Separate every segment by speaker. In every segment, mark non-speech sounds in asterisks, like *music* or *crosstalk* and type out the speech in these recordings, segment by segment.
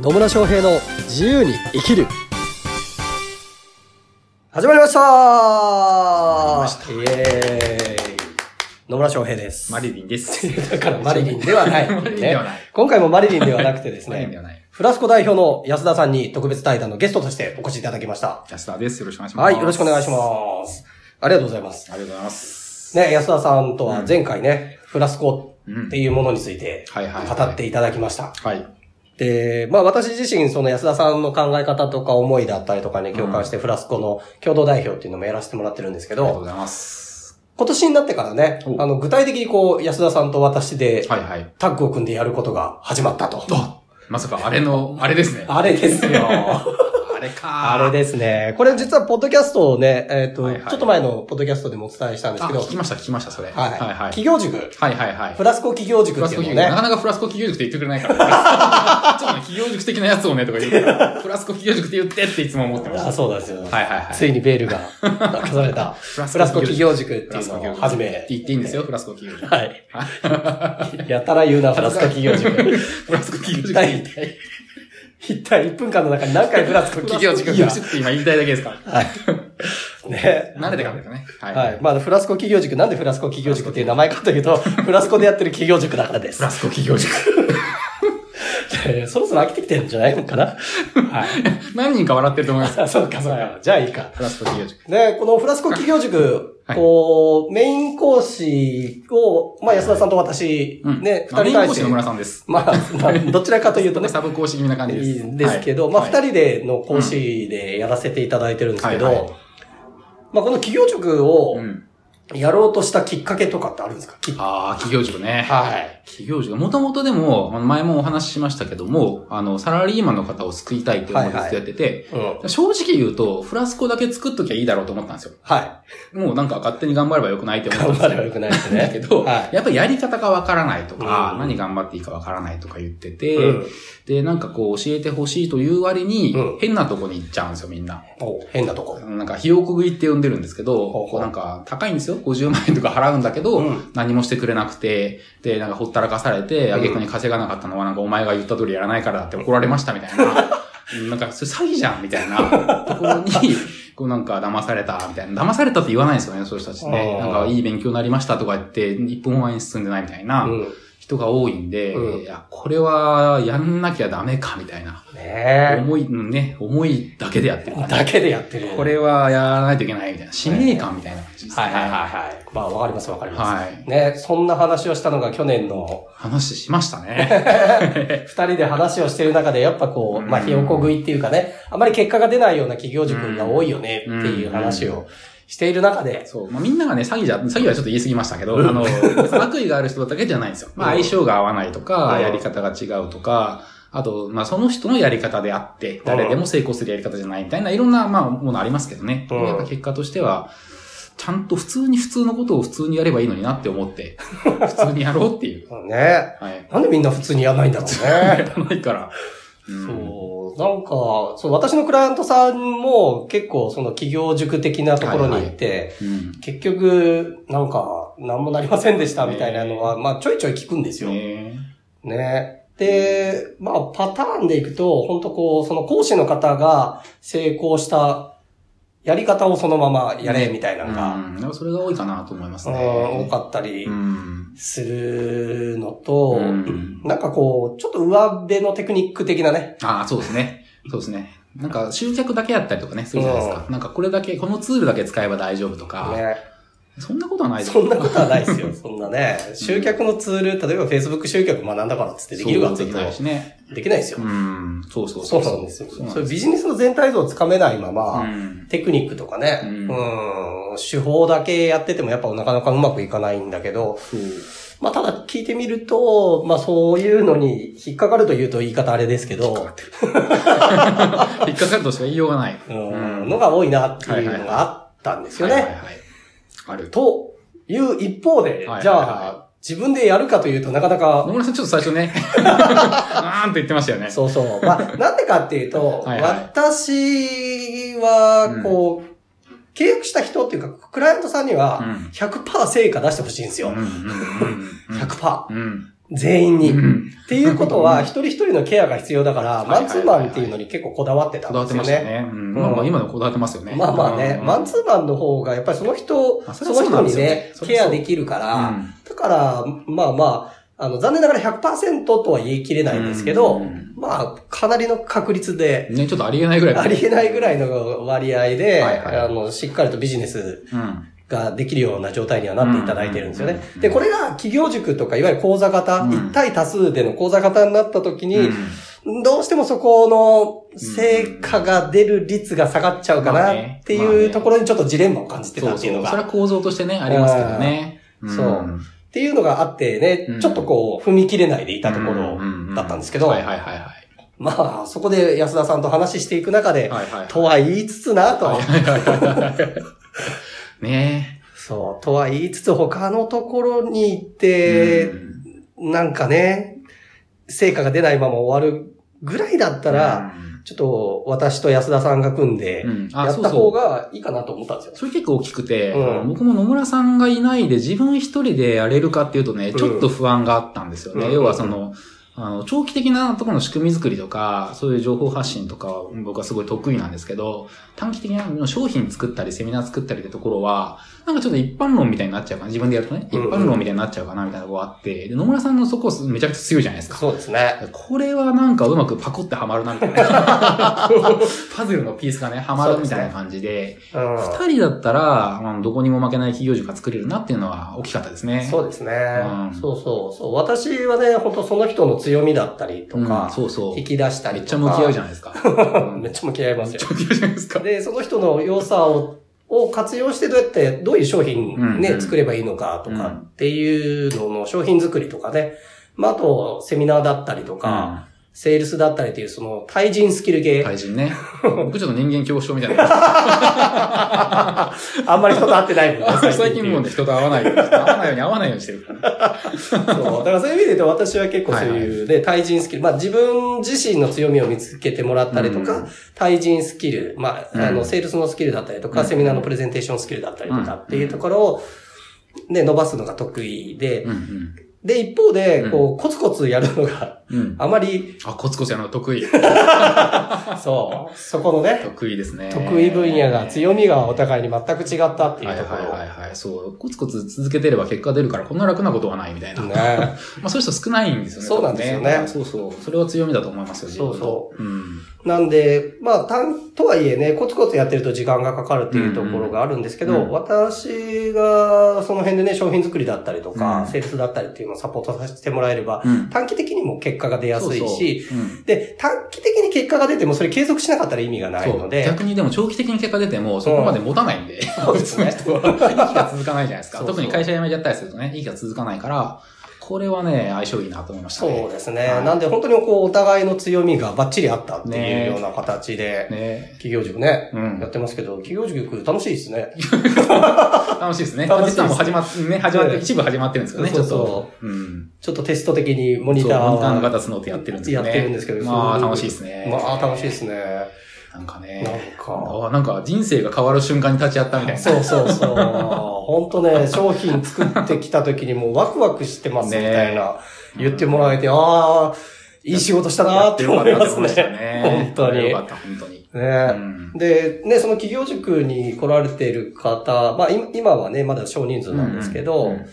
Speaker 1: 野村翔平の自由に生きる始まりました
Speaker 2: 始
Speaker 1: イエーイ野村翔平です。
Speaker 2: マリリン *laughs* です。
Speaker 1: だからマリリンではない、
Speaker 2: *laughs* マリリンでは
Speaker 1: ね
Speaker 2: ない。
Speaker 1: 今回もマリリンではなくてです
Speaker 2: マリリンで
Speaker 1: ね、
Speaker 2: はない。
Speaker 1: フラスコ代表の安田さんに特別対談のゲストとしてお越しいただきました。
Speaker 2: 安田です。よろしくお願いします。
Speaker 1: はい、よろしくお願いします。ありがとうございます。
Speaker 2: す。ありがとうございます。
Speaker 1: ね、安田さんとは前回ね、フラスコ
Speaker 2: うん
Speaker 1: っていうものについて
Speaker 2: はいはいはい
Speaker 1: 語っていただきました。
Speaker 2: はい。
Speaker 1: で、まあ私自身その安田さんの考え方とか思いだったりとかに共感してフラスコの共同代表っていうのもやらせてもらってるんですけ
Speaker 2: ありがとう
Speaker 1: ど
Speaker 2: ご、ざいます。
Speaker 1: 今年になってからね
Speaker 2: お、
Speaker 1: あの具体的にこう安田さんと私で
Speaker 2: はいはい。
Speaker 1: タッグを組んでやることが始まったと。
Speaker 2: まさか、あれの、あれですね。
Speaker 1: あれですよ。
Speaker 2: *laughs* あれか
Speaker 1: あれですね。これ実はポッドキャストをね、えっ、と、
Speaker 2: はいはい
Speaker 1: ちょっと前のポッドキャストでもお伝えしたんです
Speaker 2: あ、
Speaker 1: けど、は
Speaker 2: 聞
Speaker 1: い
Speaker 2: き。ました、聞きました、それ。はいはい。
Speaker 1: 企業塾。
Speaker 2: はいはいはい。
Speaker 1: フラスコ企業塾
Speaker 2: フ
Speaker 1: っ
Speaker 2: ラ
Speaker 1: て
Speaker 2: ス
Speaker 1: い
Speaker 2: コ
Speaker 1: うのを
Speaker 2: 企業塾、
Speaker 1: ね
Speaker 2: な。かなかフラスコ企業塾って言ってくれない *laughs* から。ちょっとね、企業塾的なやつをね、とか言うから、フラスコ企業塾って言ってっていつも思ってました。
Speaker 1: あそうなんですよ。
Speaker 2: はいはいはい。
Speaker 1: ついにベールがかされた。
Speaker 2: *laughs* フラ
Speaker 1: フラスコ企
Speaker 2: 塾
Speaker 1: 業塾っ
Speaker 2: フ
Speaker 1: てい
Speaker 2: ラ
Speaker 1: う
Speaker 2: スコ
Speaker 1: のを
Speaker 2: 企業塾。
Speaker 1: 始
Speaker 2: って
Speaker 1: め。
Speaker 2: 言っていいんですよ、フラスコ *laughs* 企業塾。
Speaker 1: はい。やたら言うな、フラスコ企業塾。
Speaker 2: フラスコ企業塾
Speaker 1: 一体
Speaker 2: って言いたい。、
Speaker 1: 一体1分間の中に何回フラスコ企
Speaker 2: 企
Speaker 1: 業
Speaker 2: 業
Speaker 1: 塾
Speaker 2: 塾
Speaker 1: が。
Speaker 2: って今言いたいだけですから。
Speaker 1: ね。
Speaker 2: *laughs* 慣れてからですね。は
Speaker 1: はい。まあ、フラスコ企業塾、なんでフラスコ企業塾っていう名前かというと、フラスコでやってる企業塾だからです
Speaker 2: フラ。スコ企業塾。 *laughs*
Speaker 1: えー *laughs* そろそろ飽きてきてるんじゃないのかなはい。
Speaker 2: 何人か笑ってると思います。
Speaker 1: あ *laughs* そうか、そうか。じゃあいいか。
Speaker 2: フラスコ企業塾。
Speaker 1: で、このフラスコ企業塾、
Speaker 2: はい
Speaker 1: こう、メイン講師を、まあ、安田さんと私、
Speaker 2: うん。
Speaker 1: ね、
Speaker 2: まあ
Speaker 1: 二
Speaker 2: メ
Speaker 1: 人
Speaker 2: イ
Speaker 1: 対
Speaker 2: ン講
Speaker 1: し
Speaker 2: 師
Speaker 1: て
Speaker 2: の、村さんです。
Speaker 1: まあ、まあどちらかというとね、
Speaker 2: サブ講師気味な感じ
Speaker 1: い
Speaker 2: です。
Speaker 1: いんですけど、まあ、二
Speaker 2: 人
Speaker 1: 人での講師でやらせていただいてるんですけど、
Speaker 2: はいはい
Speaker 1: まあ、この企業塾を
Speaker 2: うん。
Speaker 1: やろうとしたきっかけとかってあるんですかきっ
Speaker 2: ああ、企業塾ね。
Speaker 1: はい。
Speaker 2: 企業塾。もともとでも、あの前もお話ししましたけども、あの、サラリーマンの方を救いたいって思いでずっとやってて、
Speaker 1: うん。
Speaker 2: 正直言うと、フラスコだけ作っときゃいいだろうと思ったんですよ。
Speaker 1: は
Speaker 2: もうなんか勝手に頑張ればよくないって
Speaker 1: い。
Speaker 2: 思っ
Speaker 1: 頑張
Speaker 2: たんですよ
Speaker 1: ればよくないです
Speaker 2: だ
Speaker 1: ね。
Speaker 2: けど、
Speaker 1: *laughs* はい。
Speaker 2: やっぱりやり方がわからないとか、
Speaker 1: うん
Speaker 2: 何頑張っていいかわからないとか言ってて、
Speaker 1: うん
Speaker 2: で、なんかこう教えてほしいという割に、
Speaker 1: うん
Speaker 2: 変なとこに行っちゃうんですよ、みんな。
Speaker 1: お変なとこ。
Speaker 2: なんか、ひよこ食いって呼んでるんですけ
Speaker 1: ほ
Speaker 2: ど、
Speaker 1: うほう
Speaker 2: こうなんか、高いんですよ。50万円とか払うんだけど、
Speaker 1: うん
Speaker 2: 何もしてくれなくて、で、なんか、ほったらかされて、
Speaker 1: うん
Speaker 2: あげくに稼がなかったのは、なんか、お前が言った通りやらないからだって怒られましたみたいな。 *laughs* うんなんか、それ詐欺じゃんみたいなとこ
Speaker 1: *laughs*
Speaker 2: ろに、こうなんか、騙されたみたいな。騙されたって言わないんですよね、そういう人たちね。
Speaker 1: あ
Speaker 2: な
Speaker 1: ー
Speaker 2: んか、いい勉強になりましたとか言って、一本前に進んでないみたいな
Speaker 1: うん。
Speaker 2: 人が多いんで、
Speaker 1: うん
Speaker 2: いや、これは、やんなきゃダメか、みたいな。
Speaker 1: ね
Speaker 2: 思い、うんね、思いだけでやってる。
Speaker 1: え。だけでやってる。
Speaker 2: これはやらないといけないみたいな、使命感みたいな感じですね。
Speaker 1: はいはいはいはい。まあ、わかりますわかりま
Speaker 2: はい。
Speaker 1: す。ね、そんな話をしたのが去年の、
Speaker 2: 話しましたね。
Speaker 1: 二人で話をしてる中で、やっぱこう、まあ、ひよこ食いっていうかね、あまり結果が出ないような企業塾が多いよね、っていう話をしている中で、
Speaker 2: そう。まあ、みんながね、詐欺じゃ、詐欺はちょっと言い過ぎましたけど、あの、悪意がある人だけじゃないんですよ。まあ、
Speaker 1: うん
Speaker 2: 相性が合わないと
Speaker 1: う
Speaker 2: か、
Speaker 1: ん
Speaker 2: やり方が違うとか、あと、まあ、その人のやり方であって、誰でも成功するやり方じゃないみたいな、いろんな、まあ、ものありますけどね。
Speaker 1: うん
Speaker 2: やっぱ結果としては、ちゃんと普通に普通のことを普通にやればいいのになって
Speaker 1: *laughs*
Speaker 2: 思って、普通にやろうっていう。
Speaker 1: ね
Speaker 2: はい。
Speaker 1: なんでみんな普通にやらないんだろう
Speaker 2: や
Speaker 1: ね。
Speaker 2: らないから。うん
Speaker 1: そう。なんか、そう、私のクライアントさんも結構その企業塾的なところに行って、
Speaker 2: うん。
Speaker 1: 結局、なんか、なんもなりませんでしたみたいなのは、まあちょいちょい聞くんですよ。ね
Speaker 2: ね
Speaker 1: で、まあパターンでいくと、本当こう、その講師の方が成功したやり方をそのままやれみたいなのが、
Speaker 2: うん、なんかそれが多いかなと思います
Speaker 1: うん
Speaker 2: ね。
Speaker 1: 多かったり
Speaker 2: うん。
Speaker 1: するのと、
Speaker 2: うん
Speaker 1: なんかこう、ちょっと上辺のテクニック的なね、
Speaker 2: ああ、そうですね。そうですね。なんか集客だけやったりとかね、するじゃないですか。なんかこれだけ、このツールだけ使えば大丈夫とか、
Speaker 1: ね
Speaker 2: そんなことはない
Speaker 1: そんなことはないですよ。そんなね。集客のツール、例えば Facebook 集客学んだからっつってできるかっ
Speaker 2: そう
Speaker 1: つって
Speaker 2: でき
Speaker 1: 言っ
Speaker 2: ない
Speaker 1: て
Speaker 2: しね。
Speaker 1: もできないですよ
Speaker 2: う。ん、そうそう
Speaker 1: そ
Speaker 2: そうう。
Speaker 1: なんですよ。
Speaker 2: そうなん
Speaker 1: そういう
Speaker 2: です
Speaker 1: ビジネスの全体像をつかめないま
Speaker 2: う
Speaker 1: ま、
Speaker 2: ん
Speaker 1: テクニックとかね、う
Speaker 2: うん
Speaker 1: ん、手法だけやっててもやっぱなかなかうまくいかないんだけど、
Speaker 2: そう
Speaker 1: まあただ聞いてみると、まあそういうのに引っかかるというと言い方あれですけど、
Speaker 2: 引っかかるとしか言いようがない。
Speaker 1: うん、のが多いなっていうのがあったんですよ
Speaker 2: はいはいは
Speaker 1: ね。
Speaker 2: い。ある。
Speaker 1: という一方で
Speaker 2: は、い
Speaker 1: じゃ
Speaker 2: はい
Speaker 1: あ自分でやるかというとなかなか
Speaker 2: 野村さんちょっと最初
Speaker 1: *laughs*
Speaker 2: ね、あーんと言ってましたよね。
Speaker 1: そうそう。ま
Speaker 2: *laughs*
Speaker 1: あ、なんでかっていうと、
Speaker 2: はいはい
Speaker 1: 私は、こう、契約した人っていうか、クライアントさんに
Speaker 2: う
Speaker 1: は、
Speaker 2: ん。
Speaker 1: 100%成果出してほしいんです
Speaker 2: う
Speaker 1: よ
Speaker 2: ん。うんうんうん
Speaker 1: 100%。
Speaker 2: うん。
Speaker 1: 全員
Speaker 2: う
Speaker 1: に。っ
Speaker 2: ん。
Speaker 1: ていうことは、一人一人のケアが必要だから、
Speaker 2: は
Speaker 1: マ
Speaker 2: いはいはい
Speaker 1: ンツーマンっていうのに結構こだわってたん
Speaker 2: こだわ
Speaker 1: で
Speaker 2: って
Speaker 1: すよ
Speaker 2: ました
Speaker 1: ね。
Speaker 2: ね。うん。まあまあ今でもこだわってますよね。
Speaker 1: まあまあね、
Speaker 2: うん
Speaker 1: マンツーマンの方が、やっぱりその人、
Speaker 2: あそ
Speaker 1: そ
Speaker 2: れは
Speaker 1: の
Speaker 2: そうな
Speaker 1: 人
Speaker 2: んです
Speaker 1: に
Speaker 2: よね
Speaker 1: ね、
Speaker 2: それ
Speaker 1: ケ
Speaker 2: はそ
Speaker 1: ア
Speaker 2: う
Speaker 1: できるから、
Speaker 2: うん
Speaker 1: だから、まあまあ、あの、残念ながら100%とは言い切れないんですけ
Speaker 2: う
Speaker 1: ど、
Speaker 2: ん
Speaker 1: まあ、かなりの確率で、
Speaker 2: ね、ちょっとありえないぐらい。
Speaker 1: ありえないぐらいの割合で、
Speaker 2: はいはい
Speaker 1: あの、しっかりとビジネス
Speaker 2: うん。
Speaker 1: ができるような状態にはなっていただいてるんですよ
Speaker 2: うん
Speaker 1: ね
Speaker 2: うんうんう。ん
Speaker 1: で、これが企業塾とか、いわゆる講座型、
Speaker 2: うん
Speaker 1: 一体多数での講座型になった時に、
Speaker 2: うん
Speaker 1: どうしてもそこの成果が出る率が下がっちゃうか
Speaker 2: まあ
Speaker 1: な
Speaker 2: ね
Speaker 1: って
Speaker 2: まあ
Speaker 1: い
Speaker 2: ね
Speaker 1: うところにちょっとジレンマを感じて
Speaker 2: そ
Speaker 1: た
Speaker 2: う
Speaker 1: ってい
Speaker 2: そう
Speaker 1: の
Speaker 2: う。
Speaker 1: が、
Speaker 2: それは構造としてね、ありますけどね。ん
Speaker 1: そう。っていうのがあってね、
Speaker 2: うん
Speaker 1: ちょっとこう踏み切れないでいたところだったんですけど、
Speaker 2: はいはいはいはい。
Speaker 1: まあそこで安田さんと話していく中で、
Speaker 2: はいはい。
Speaker 1: とは言いつつなと、
Speaker 2: はいはいはいはい。 *laughs* ね
Speaker 1: そう、とは言いつつ他のところに行っ
Speaker 2: え。
Speaker 1: て
Speaker 2: う、ん
Speaker 1: なんかね、成果が出ないまま終わるぐらいだったら、、
Speaker 2: うん
Speaker 1: ちょっと私と安田さんが組んで、
Speaker 2: うん、あ、
Speaker 1: やっ
Speaker 2: そう
Speaker 1: た方
Speaker 2: そう。
Speaker 1: がいいかなと思ったんですよ。
Speaker 2: それ結構大きくて、
Speaker 1: うん
Speaker 2: あの僕も野村さんがいないで自分一人でやれるかっていうとね、
Speaker 1: うん
Speaker 2: ちょっと不安があったんですよね。
Speaker 1: うん
Speaker 2: 要はその、あの、長期的なところの仕組み作りとか、そういう情報発信とかは僕はすごい得意なんですけど、短期的な商品作ったり、セミナー作ったりってところは、なんかちょっと一般論みたいになっちゃうかな。自分でやるとね、
Speaker 1: う
Speaker 2: 一
Speaker 1: んうん
Speaker 2: 般論みたいになっちゃうかな、みたいなとこがあって、で野村さんのそこめちゃくちゃ強いじゃないですか。
Speaker 1: そうですね。
Speaker 2: これはなんかうまくパコってハマるなみたい
Speaker 1: *laughs*
Speaker 2: な。パズルのピースがね、ハマるみたいな感じで、
Speaker 1: う
Speaker 2: 二、人だったら、あのどこにも負けない企業塾が作れるなっていうのは大きかったですね。
Speaker 1: ん。そうですね、
Speaker 2: うん
Speaker 1: そうそうそう。私はね、本当その人の強みだったりと
Speaker 2: うん
Speaker 1: か、
Speaker 2: そうそう。
Speaker 1: 引き出した
Speaker 2: め
Speaker 1: り
Speaker 2: っ
Speaker 1: と
Speaker 2: ちゃ
Speaker 1: か。
Speaker 2: 向き合うじ
Speaker 1: ゃ
Speaker 2: ゃな
Speaker 1: *laughs*
Speaker 2: いですか。う
Speaker 1: め
Speaker 2: んめ
Speaker 1: っ
Speaker 2: っ
Speaker 1: ちゃ向き合いますよ
Speaker 2: ち。ゃ向き合うじゃないですか。
Speaker 1: で、その人の良さを、を活用してどうやって、どういう商品ね、
Speaker 2: うんうん
Speaker 1: 作ればいいのかとかっていうのの商品作りとかね。まあ、あと、セミナーだったりとか、
Speaker 2: う
Speaker 1: セールスだったりという、その、対人スキル系
Speaker 2: ん、。対
Speaker 1: *laughs*
Speaker 2: 人ね。僕ちょっと人間恐怖症みたいな。
Speaker 1: あんまり人と会ってない
Speaker 2: *laughs*
Speaker 1: もんね
Speaker 2: 最近もうね、人と会わないように、会わないように会わないようにしてるから。
Speaker 1: そう。だからそういう意味で言うと私は結構そういうね、対人スキル。まあ自分自身の強みを見つけてもらったりとか、
Speaker 2: うん
Speaker 1: 対人スキル、ま
Speaker 2: うん
Speaker 1: あ、あの、セールスのスキルだったりとか、
Speaker 2: うん
Speaker 1: セミナーのプレゼンテーションスキルだったりとかっていうところを、ね、伸ばすのが得意で
Speaker 2: う、ん
Speaker 1: で、一方で
Speaker 2: う、ん
Speaker 1: こう、コツコツやるのが、
Speaker 2: うん。うん。
Speaker 1: あまり、
Speaker 2: あ、コツコツやるの得意。
Speaker 1: そう、そこの
Speaker 2: *laughs*
Speaker 1: ね、
Speaker 2: 得意ですね。
Speaker 1: 得意分野が強みがお互いに全く違ったっていうとこ
Speaker 2: はいはい
Speaker 1: ろ。
Speaker 2: はいはい。そう。コツコツ続けてれば結果出るからこんな楽なことはないみたいな。
Speaker 1: ね
Speaker 2: まあそういう人少ないんですよね。
Speaker 1: そうなんですよね
Speaker 2: 多分そうそう。それは強みだと思いますよ、自分の。
Speaker 1: そう
Speaker 2: うん。
Speaker 1: なんで、まあ、たん、とはいえね、コツコツやってると時間がかかるっていうところがあるんですけど、
Speaker 2: うんうんうん
Speaker 1: 私がその辺でね、商品作りだったりとか、
Speaker 2: うん
Speaker 1: セールスだったりっていうのをサポートさせてもらえれば、
Speaker 2: うん。
Speaker 1: 短期的にも結果が出やすいし、
Speaker 2: そうそううん
Speaker 1: で、短期的に結果が出てもそれ継続しなかったら意味がない
Speaker 2: そ
Speaker 1: の
Speaker 2: う。
Speaker 1: で、
Speaker 2: 逆にでも長期的に結果出てもそこまで持たない
Speaker 1: *laughs*
Speaker 2: んで、
Speaker 1: そうですね
Speaker 2: 人は息が続かないじゃないですか。
Speaker 1: そうそう
Speaker 2: 特に会社辞めちゃったりするとね、息が続かないから、これはね、相性いいなと思いましたね。
Speaker 1: そうですね。
Speaker 2: はい
Speaker 1: なんで本当にこう、お互いの強みがバッチリあったってい
Speaker 2: ね
Speaker 1: うような形で、
Speaker 2: ね。
Speaker 1: 企業塾ね、
Speaker 2: うん
Speaker 1: やってますけど、企業塾楽しいですね。
Speaker 2: 楽しいですね。
Speaker 1: 楽しいです
Speaker 2: 実はもう始まっ、ね、始まって、
Speaker 1: ね
Speaker 2: 一部始まってるんですけどね、ち
Speaker 1: そ
Speaker 2: ょ
Speaker 1: う
Speaker 2: っ
Speaker 1: そう
Speaker 2: と。うん。
Speaker 1: ちょっとテスト的にモニター
Speaker 2: そうモ
Speaker 1: を
Speaker 2: ニターの方スノーってやってるんですけどね。
Speaker 1: やってるんですけど
Speaker 2: ま
Speaker 1: そ
Speaker 2: あ、
Speaker 1: う
Speaker 2: 楽しいですね。
Speaker 1: まあ、楽しいですね。
Speaker 2: なんか
Speaker 1: なん
Speaker 2: ね。
Speaker 1: か。
Speaker 2: あなんか人生が変わる瞬間に立ち会ったみたいな。
Speaker 1: そうそうそう。本当ね、商品作ってきた時にもうワクワクしてますみたいな、言ってもらえて、ああ、いい仕事したなーって思います
Speaker 2: やってよかったと思いました
Speaker 1: ね。本当に
Speaker 2: よ。かった、本当に。う
Speaker 1: ね
Speaker 2: ん
Speaker 1: で、ね、その企業塾に来られてる方、まあ今今はね、まだ少人数なんですけど、
Speaker 2: うん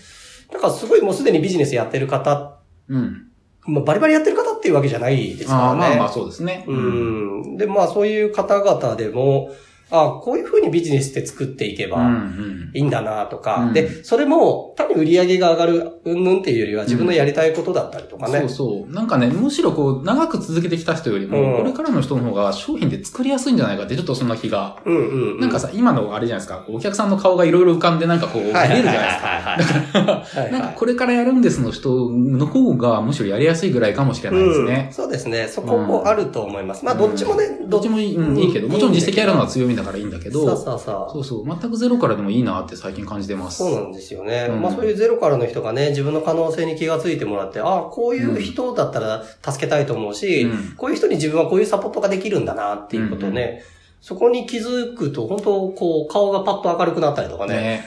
Speaker 1: だからすごいもうすでにビジネスやってる方、
Speaker 2: うん。
Speaker 1: まあ、バリバリやってる方っていうわけじゃないですから
Speaker 2: あ
Speaker 1: ね。
Speaker 2: あまあまあ、そうですね。
Speaker 1: うん。で、まあそういう方々でも、あこういうふうにビジネスって作っていけ
Speaker 2: うん。う
Speaker 1: ば
Speaker 2: ん。
Speaker 1: いいんだなとか、
Speaker 2: うん
Speaker 1: で、それも単に売り上げが上がるうんぬんっていうよりは自分のやりたいことだったりとかね。
Speaker 2: そうそう。なんかね、むしろこう、長く続けてきた人よりも、
Speaker 1: うん
Speaker 2: これからの人の方が商品って作りやすいんじゃないかって、ちょっとそんな気が。
Speaker 1: うんうんうん。
Speaker 2: なんかさ、今のあれじゃないですか、こうお客さんの顔がいろいろ浮かんで、なんかこう、見
Speaker 1: はいは
Speaker 2: え
Speaker 1: い
Speaker 2: るじ
Speaker 1: は
Speaker 2: ゃ
Speaker 1: い
Speaker 2: ないですか。
Speaker 1: はいはい。
Speaker 2: なんか
Speaker 1: はい
Speaker 2: これからやるんですの人の方がむしろやりやすいぐらいかもしれないです
Speaker 1: うん
Speaker 2: ね。
Speaker 1: そうですね。そこもあると思います。まあ、どっちもね、
Speaker 2: どっちもいい,、うんいいけど、もちろん実績あるのは強みだからいいんだけど、
Speaker 1: そう
Speaker 2: そう
Speaker 1: そうそう。
Speaker 2: そう全くゼロからでもいいなって最近感じてます。
Speaker 1: そうなんですよね。
Speaker 2: うん
Speaker 1: まあそういうゼロからの人がね、自分の可能性に気がついてもらって、ああ、こういう人だったら助けたいと思うし、
Speaker 2: うん
Speaker 1: こういう人に自分はこういうサポートができるんだなっていうことをね、
Speaker 2: うん
Speaker 1: そこに気づくと、本当こう、顔がパッと明るくなったりとかね、
Speaker 2: ね。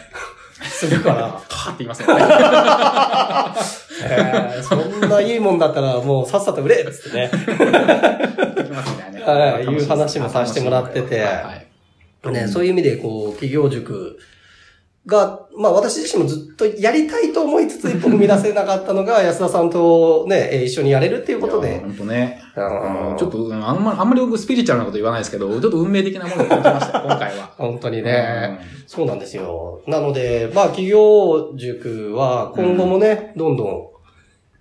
Speaker 1: するから、
Speaker 2: カーって言いますよね。
Speaker 1: えーそんないいもんだったらもうさっさと売れっつってね。
Speaker 2: できますみたいなね。
Speaker 1: はい
Speaker 2: 楽し
Speaker 1: いう話もさせてもらってて
Speaker 2: はいはい
Speaker 1: *laughs* ね、そういう意味で、こう、企業塾が、まあ私自身もずっとやりたいと思いつつ一歩踏み出せなかったの *laughs* が、安田さんとね、えー一緒にやれるっていうこと
Speaker 2: いや
Speaker 1: で。
Speaker 2: 本当ね。
Speaker 1: あの
Speaker 2: ちょっと、うんあんま、あんまり僕スピリチュアルなこと言わないですけど、ちょっと運命的なものを感じ
Speaker 1: *laughs*
Speaker 2: ました、今回は。
Speaker 1: 本当にね、そうなんですよ。なので、まあ企業塾は今後もね、どんどん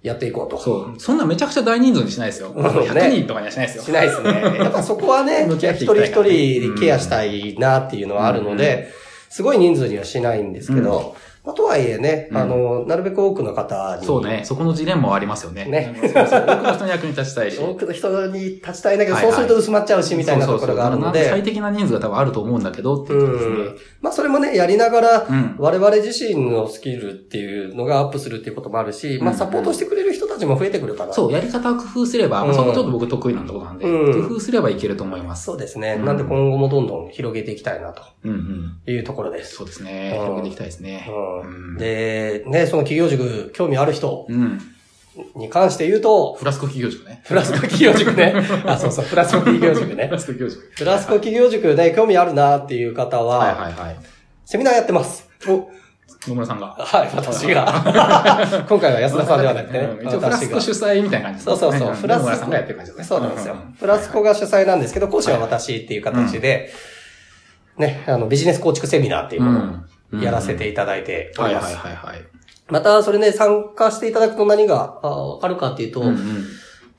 Speaker 1: やっていこうと。
Speaker 2: そう。そんなめちゃくちゃ大人数にしないですよ。
Speaker 1: うんね
Speaker 2: 100人と *laughs* かにはしないですよ。
Speaker 1: しないですね。やっぱそこはね、
Speaker 2: 向
Speaker 1: 一
Speaker 2: き合っていき
Speaker 1: 人
Speaker 2: たい
Speaker 1: 一人ケアしたいなっていうのはあるので、すごい人数にはしないんですけど、まあとはいえね、
Speaker 2: うん
Speaker 1: あの、なるべく多くの方に、
Speaker 2: そうね。そこのジレンマはありますよね。
Speaker 1: ね
Speaker 2: うんそうそう多くの人の役に立ちたいし。
Speaker 1: 多くの人に立ちたいんだけど、
Speaker 2: はい
Speaker 1: そ
Speaker 2: は
Speaker 1: う
Speaker 2: い
Speaker 1: すると薄まっちゃうし、みたいな
Speaker 2: そ
Speaker 1: と
Speaker 2: うそ
Speaker 1: ころ
Speaker 2: うそう
Speaker 1: があるの
Speaker 2: なんか最
Speaker 1: で、
Speaker 2: 適な人数が多分あると思うんだけどっていううことです
Speaker 1: ん
Speaker 2: ね。。
Speaker 1: まあ、それもね、やりながら、
Speaker 2: うん。
Speaker 1: 我々自身のスキルっていうのがアップするっていうこともあるし、まあ、
Speaker 2: うん
Speaker 1: サポートしてくれる人たちも増えてくるかな。
Speaker 2: そう、やり方を工夫すれば、まあ
Speaker 1: うん
Speaker 2: そこちょっと僕得意なところなんで、
Speaker 1: うん
Speaker 2: 工夫すればいけると思います。
Speaker 1: そうですね。
Speaker 2: うん
Speaker 1: なんで今後もどんどん広げていきたいなと
Speaker 2: うんうん。
Speaker 1: いうところです。
Speaker 2: そうですね。
Speaker 1: うん
Speaker 2: 広げていきたいですね。
Speaker 1: うん
Speaker 2: うん
Speaker 1: で、ね、その企業塾、興味ある人
Speaker 2: うん。
Speaker 1: に関して言うと、
Speaker 2: フラスコ企業塾ね。
Speaker 1: フラスコ企業塾
Speaker 2: *laughs*
Speaker 1: ね。あ、そうそう、フラスコ企業塾ね
Speaker 2: フ。ラスコ企業塾。
Speaker 1: フラスコ企業塾ね、興味あるなっていう方は、
Speaker 2: はいはいはい。
Speaker 1: セミナーやってます。
Speaker 2: 野村さんが。
Speaker 1: はい、私が。 *laughs* 今回は安田さんではなくてね
Speaker 2: うん。一応フラ
Speaker 1: 私
Speaker 2: スコ
Speaker 1: が。
Speaker 2: 主催みたいな感じ
Speaker 1: そうそうそう。
Speaker 2: ん
Speaker 1: フラ
Speaker 2: 野村
Speaker 1: ス
Speaker 2: さん
Speaker 1: コ
Speaker 2: がやってる感じだね。
Speaker 1: そうなんですよ
Speaker 2: んん。
Speaker 1: フラスコが主催なんですけど、講師は私っていう形で、ね、あの、ビジネス構築セミナーっていうもの
Speaker 2: う
Speaker 1: を
Speaker 2: ん
Speaker 1: やらせていただいてお
Speaker 2: は
Speaker 1: り
Speaker 2: い
Speaker 1: ま
Speaker 2: はい
Speaker 1: す。
Speaker 2: はいはい。
Speaker 1: また、それね、参加していただくと何がああるかっていうと、
Speaker 2: うんうん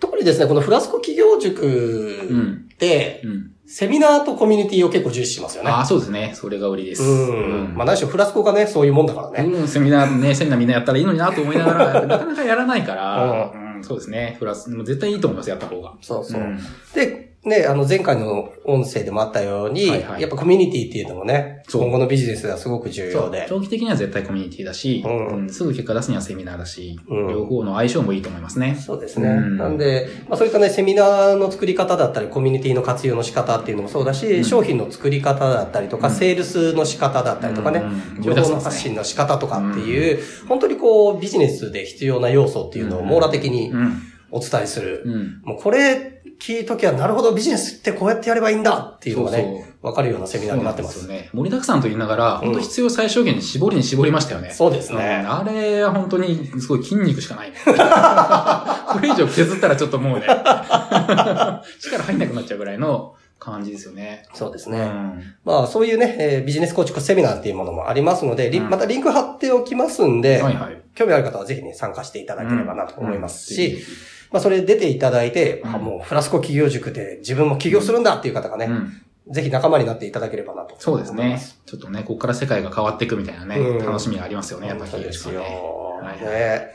Speaker 1: 特にですね、このフラスコ企業
Speaker 2: う
Speaker 1: 塾
Speaker 2: ん。
Speaker 1: って、
Speaker 2: うん。
Speaker 1: セミナーとコミュニティを結構重視しますよね
Speaker 2: あ。あ、そうですね。それが売りです。
Speaker 1: うん。まあ、何しろフラスコがね、そういうもんだからね。
Speaker 2: うん、セミナーね、セミナーみんなやったらいいのになと思いながら、なかなかやらないから、
Speaker 1: *laughs* う
Speaker 2: うん、そうですね。プラス、でも絶対いいと思います、やった方が。
Speaker 1: そうそうう。
Speaker 2: ん
Speaker 1: で、ね、あの、前回の音声でもあったように、
Speaker 2: はいはい
Speaker 1: やっぱコミュニティっていうのもね、
Speaker 2: そう
Speaker 1: 今後のビジネスではすごく重要で。
Speaker 2: 長期的には絶対コミュニティだし、
Speaker 1: うん
Speaker 2: うんすぐ結果出すにはセミナーだし、
Speaker 1: うん
Speaker 2: 両方の相性もいいと思いますね。
Speaker 1: そうですね。
Speaker 2: うん
Speaker 1: なんで、まあそういったね、セミナーの作り方だったり、コミュニティの活用の仕方っていうのもそうだし、
Speaker 2: ん
Speaker 1: 商品の作り方だったりとか、
Speaker 2: うん
Speaker 1: セールスの仕方だったりとかね、
Speaker 2: うん
Speaker 1: 情報の発信の仕方とかっていう、本当にこう、ビジネスで必要な要素っていうのを網羅的に
Speaker 2: うん。
Speaker 1: お伝えする。
Speaker 2: うん。
Speaker 1: もうこれ聞いときは、なるほど、ビジネスってこうやってやればいいんだっていうのが
Speaker 2: そう
Speaker 1: ね、わかるようなセミナーになってま
Speaker 2: そう
Speaker 1: す。
Speaker 2: なんですよね。盛りだくさんと言いながら、
Speaker 1: ん
Speaker 2: 本当必要最小限に絞りに絞りましたよね。
Speaker 1: そうですね
Speaker 2: んあれは本当にすごい筋肉しかない *laughs* ね。これ以上削ったらちょっともうね、 *laughs* 力入んなくなっちゃうぐらいの感じですよね。
Speaker 1: そうです
Speaker 2: う
Speaker 1: ね。
Speaker 2: ん。
Speaker 1: まあ、そういうね、えービジネス構築セミナーっていうものもありますので、リン
Speaker 2: うん
Speaker 1: またリンク貼っておきますんで、
Speaker 2: はいはい。
Speaker 1: 興味ある方はぜひね、参加していただければなと思いますし、
Speaker 2: うん
Speaker 1: まあ、それ出ていただいて、
Speaker 2: うん
Speaker 1: あもうフラスコ企業塾で自分も起業するんだっていう方がね、
Speaker 2: うん
Speaker 1: ぜひ仲間になっていただければなと
Speaker 2: そうです
Speaker 1: 思いま
Speaker 2: ね
Speaker 1: す。。
Speaker 2: ちょっとね、ここから世界が変わっていくみたいなね、
Speaker 1: うん
Speaker 2: 楽しみがありますよね、やっぱり。
Speaker 1: そうですよ。
Speaker 2: ねはい
Speaker 1: ね。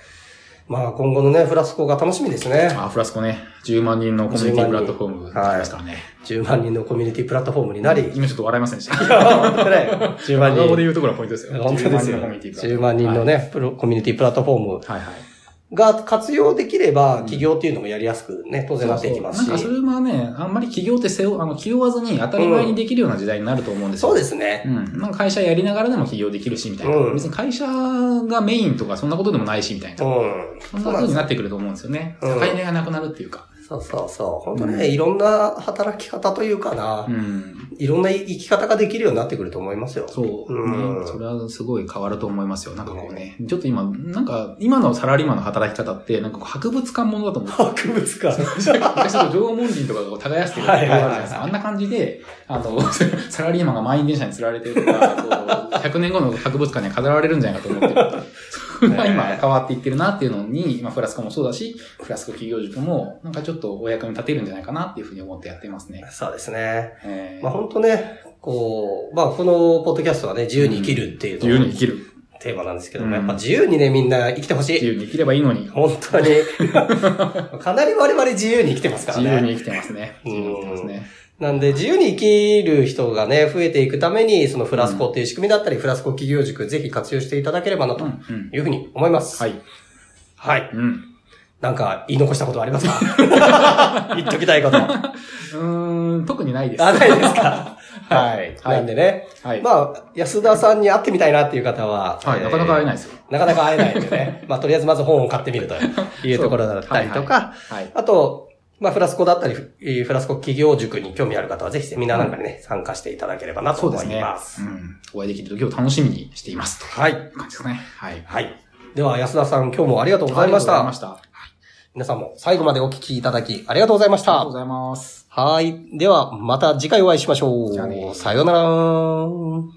Speaker 1: まあ、今後のね、フラスコが楽しみですね。
Speaker 2: あ、フラスコね、10万人のコミュニティプラットフォームになりますからね。
Speaker 1: 10万人のコミュニティプラットフォームになり、
Speaker 2: 今ちょっと笑いませんでした。
Speaker 1: 本当だよ10万
Speaker 2: 真顔で
Speaker 1: 人。
Speaker 2: 言うところがポイントですよ。
Speaker 1: 本当です
Speaker 2: 10
Speaker 1: よ。
Speaker 2: 万人のコミュニティプラッ
Speaker 1: 10
Speaker 2: トフォーム
Speaker 1: 万人の。ね、プロコミュニティプラットフォーム
Speaker 2: はいはいはい。
Speaker 1: が活用できれば、企業っていうのもやりやすくね、当然なっていきます
Speaker 2: なんか
Speaker 1: し
Speaker 2: そ。れはね、あんまり企業って背負、あの、気負わずに当たり前にできるような時代になると思うんですよ。
Speaker 1: そうですね。
Speaker 2: うん。なんか会社やりながらでも起業できるし、みたいな。
Speaker 1: うん
Speaker 2: 別に会社がメインとかそんなことでもないし、みたいな。
Speaker 1: うん。
Speaker 2: そんな風になってくると思うんですよね。
Speaker 1: うん
Speaker 2: 境目がなくなるっていうか。
Speaker 1: そうそうそう。本当
Speaker 2: う
Speaker 1: ね、
Speaker 2: ん
Speaker 1: いろんな働き方というかな、
Speaker 2: うん。
Speaker 1: いろんな生き方ができるようになってくると思いますよ。
Speaker 2: そう、
Speaker 1: うん
Speaker 2: ね。それはすごい変わると思いますよ。なんかこうね。ちょっと今、なんか、今のサラリーマンの働き方って、なんかこう博物館ものだと思って
Speaker 1: *laughs*
Speaker 2: *laughs*
Speaker 1: 博物館。
Speaker 2: 昔の縄文人とかがこう耕してるところあるじゃないですか。あんな感じで、あの、 *laughs* サラリーマンが満員電車に釣られてるとか、こう100年後の博物館には飾られるんじゃないかと思ってる。それが今変わっていってるなっていうのに、今フラスコもそうだし、フラスコ企業塾も、なんかちょっとお役に立てるんじゃないかなっていうふうに思ってやってますね。
Speaker 1: そうですね。
Speaker 2: えー
Speaker 1: まあ本当ね、こう、まあこのポッドキャストはね、自由に生きるっていう
Speaker 2: 自由に
Speaker 1: の
Speaker 2: 生きる。
Speaker 1: がテーマなんですけど
Speaker 2: うん
Speaker 1: も、やっぱ自由にね、みんな生きてほし
Speaker 2: 自
Speaker 1: い。
Speaker 2: 由に生きればいいのに。
Speaker 1: 本当に。
Speaker 2: *laughs*
Speaker 1: かなり我々自由に生きてますから
Speaker 2: 自由
Speaker 1: ね。
Speaker 2: に生きてますね。
Speaker 1: うん
Speaker 2: 自由に生きてますね。
Speaker 1: なんで、自由に生きる人がね、増えていくために、そのフラスコっていう仕組みだったり、フラスコ企業塾、ぜひ活用していただければな、
Speaker 2: う
Speaker 1: と
Speaker 2: ん、うん。
Speaker 1: いうふうに思います。
Speaker 2: はい。
Speaker 1: はい。
Speaker 2: うん。
Speaker 1: なんか言い残したことはあります
Speaker 2: *laughs*
Speaker 1: か言っときたいこと。あ、
Speaker 2: うーん、特にないです。
Speaker 1: ないですか
Speaker 2: はい。は
Speaker 1: ないん。でね。
Speaker 2: はい。
Speaker 1: まあ、安田さんに会ってみたいなっていう方は、
Speaker 2: はい。なかなか会えない
Speaker 1: い。
Speaker 2: ですよ。
Speaker 1: なかなか会えないんでね。 *laughs* まあ、とりあえずまず本を買ってみると
Speaker 2: *laughs*
Speaker 1: いうところだったりとか、
Speaker 2: はい。
Speaker 1: あと、まあ、フラスコだったり、えーフラスコ企業塾に興味ある方は、ぜひセミナーなんかにね、参加していただければなと
Speaker 2: そうで
Speaker 1: 思
Speaker 2: す
Speaker 1: い
Speaker 2: ね
Speaker 1: ま。
Speaker 2: う
Speaker 1: す。
Speaker 2: ん。お会いできる時を楽しみにしています。と
Speaker 1: はい。
Speaker 2: いう感じですかね。はい。
Speaker 1: はい。では、安田さん、今日もありがとうございまし
Speaker 2: ありがとうございま
Speaker 1: た。
Speaker 2: した。
Speaker 1: 皆さんも最後までお聞きいただき、ありがとうございまし
Speaker 2: ありがと
Speaker 1: た
Speaker 2: うご。ざいます。
Speaker 1: はい。では、また次回お会いしましょ
Speaker 2: じゃあね
Speaker 1: う。さようなら。